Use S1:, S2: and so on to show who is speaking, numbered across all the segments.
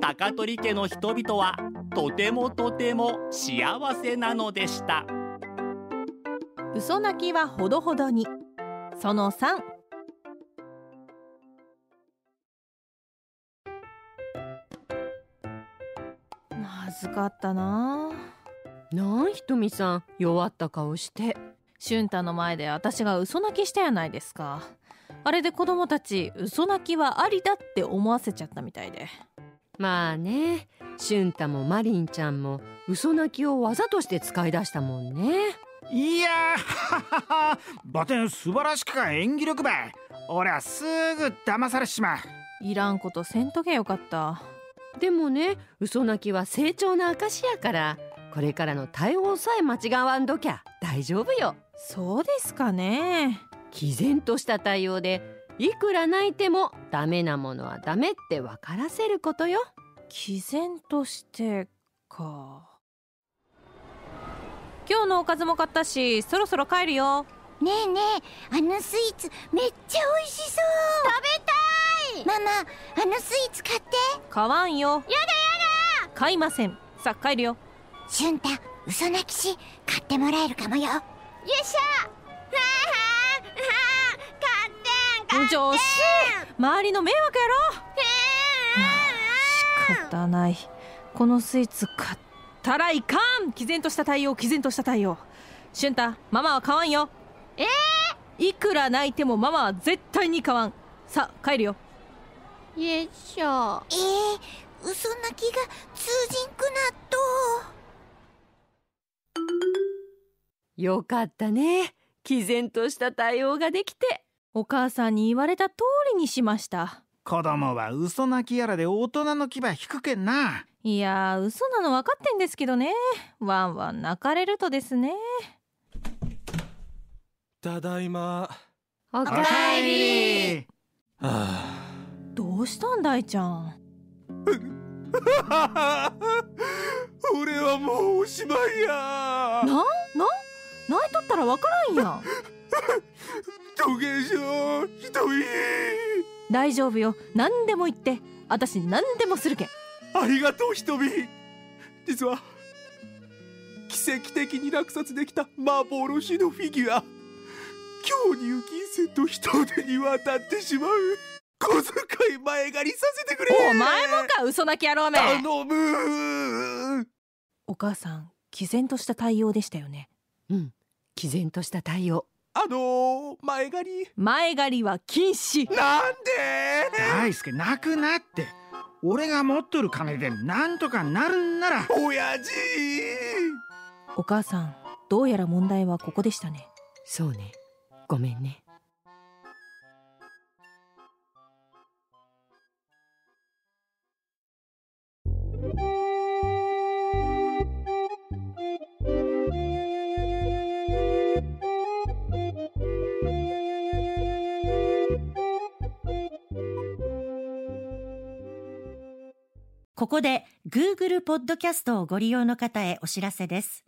S1: 高取家の人々はとてもとても幸せなのでした
S2: 嘘泣きはほどほどにその3まずかったな
S3: なんひとみさん弱った顔して
S2: 俊太の前で私が嘘泣きしたやないですかあれで子供たち嘘泣きはありだって思わせちゃったみたいで
S3: まあねしゅんたもマリンちゃんも嘘泣きをわざとして使い出したもんね
S4: いやー バテン素晴らしくか演技力ばい俺はすぐ騙されしまう
S2: いらんことせんとけよかった
S3: でもね嘘泣きは成長の証やからこれからの対応さえ間違わんどきゃ大丈夫よ
S2: そうですかね
S3: 毅然とした対応でいくら泣いてもダメなものはダメって分からせることよ
S2: 毅然としてか今日のおかずも買ったしそろそろ帰るよ
S5: ねえねえあのスイーツめっちゃ美味しそう食べたいママあのスイーツ買って
S2: 買わんよやだやだ買いませんさあ帰るよ
S5: しゅんた嘘泣きし買ってもらえるかもよよっしゃはは買って
S2: 女子周りの迷惑やろ仕方ないこのスイーツ買ったらいかん毅然とした対応毅然とした対応俊太ママは買わんよ
S5: え
S2: えいくら泣いてもママは絶対に買わんさあ帰るよ
S5: よっしゃえー、嘘泣きが通じんくなっと
S3: よかったね毅然とした対応ができて
S2: お母さんに言われた通りにしました
S4: 子供は嘘泣きやらで大人の牙引くけんない
S2: やー嘘なの分かってんですけどねワンワン泣かれるとですね
S6: ただいま
S3: お
S5: かえり
S6: は
S2: どうしたんだいちゃん
S6: あ 俺はもうおしまいや
S2: なな泣いとったら分からんやん
S6: 土下座ひどい
S2: 大丈夫よ何でも言って私何でもするけん
S6: ありがとうひとみ実は奇跡的に落札できた幻のフィギュア今日入金せんと人手に渡ってしまう小遣い前借りさせてくれ
S2: お前もか嘘泣き野郎め
S6: 頼む
S2: お母さん毅然とした対応でしたよね
S3: うん毅然とした対応
S6: あのー、前借り
S2: 前借りは禁止
S6: なんで
S4: 大輔泣くなって俺が持っとる金でなんとかなるんなら
S6: 親父
S2: お母さんどうやら問題はここでしたね
S3: そうねごめんね
S7: ここで Google ポッドキャストをご利用の方へお知らせです。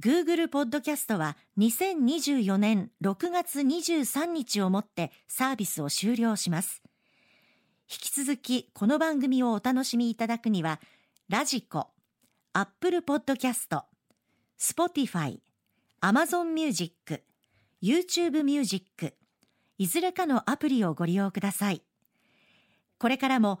S7: Google ポッドキャストは2024年6月23日をもってサービスを終了します。引き続きこの番組をお楽しみいただくには、ラジコ、アップルポッドキャスト、スポティファイ、アマゾンミュージック、YouTube ミュージック、いずれかのアプリをご利用ください。これからも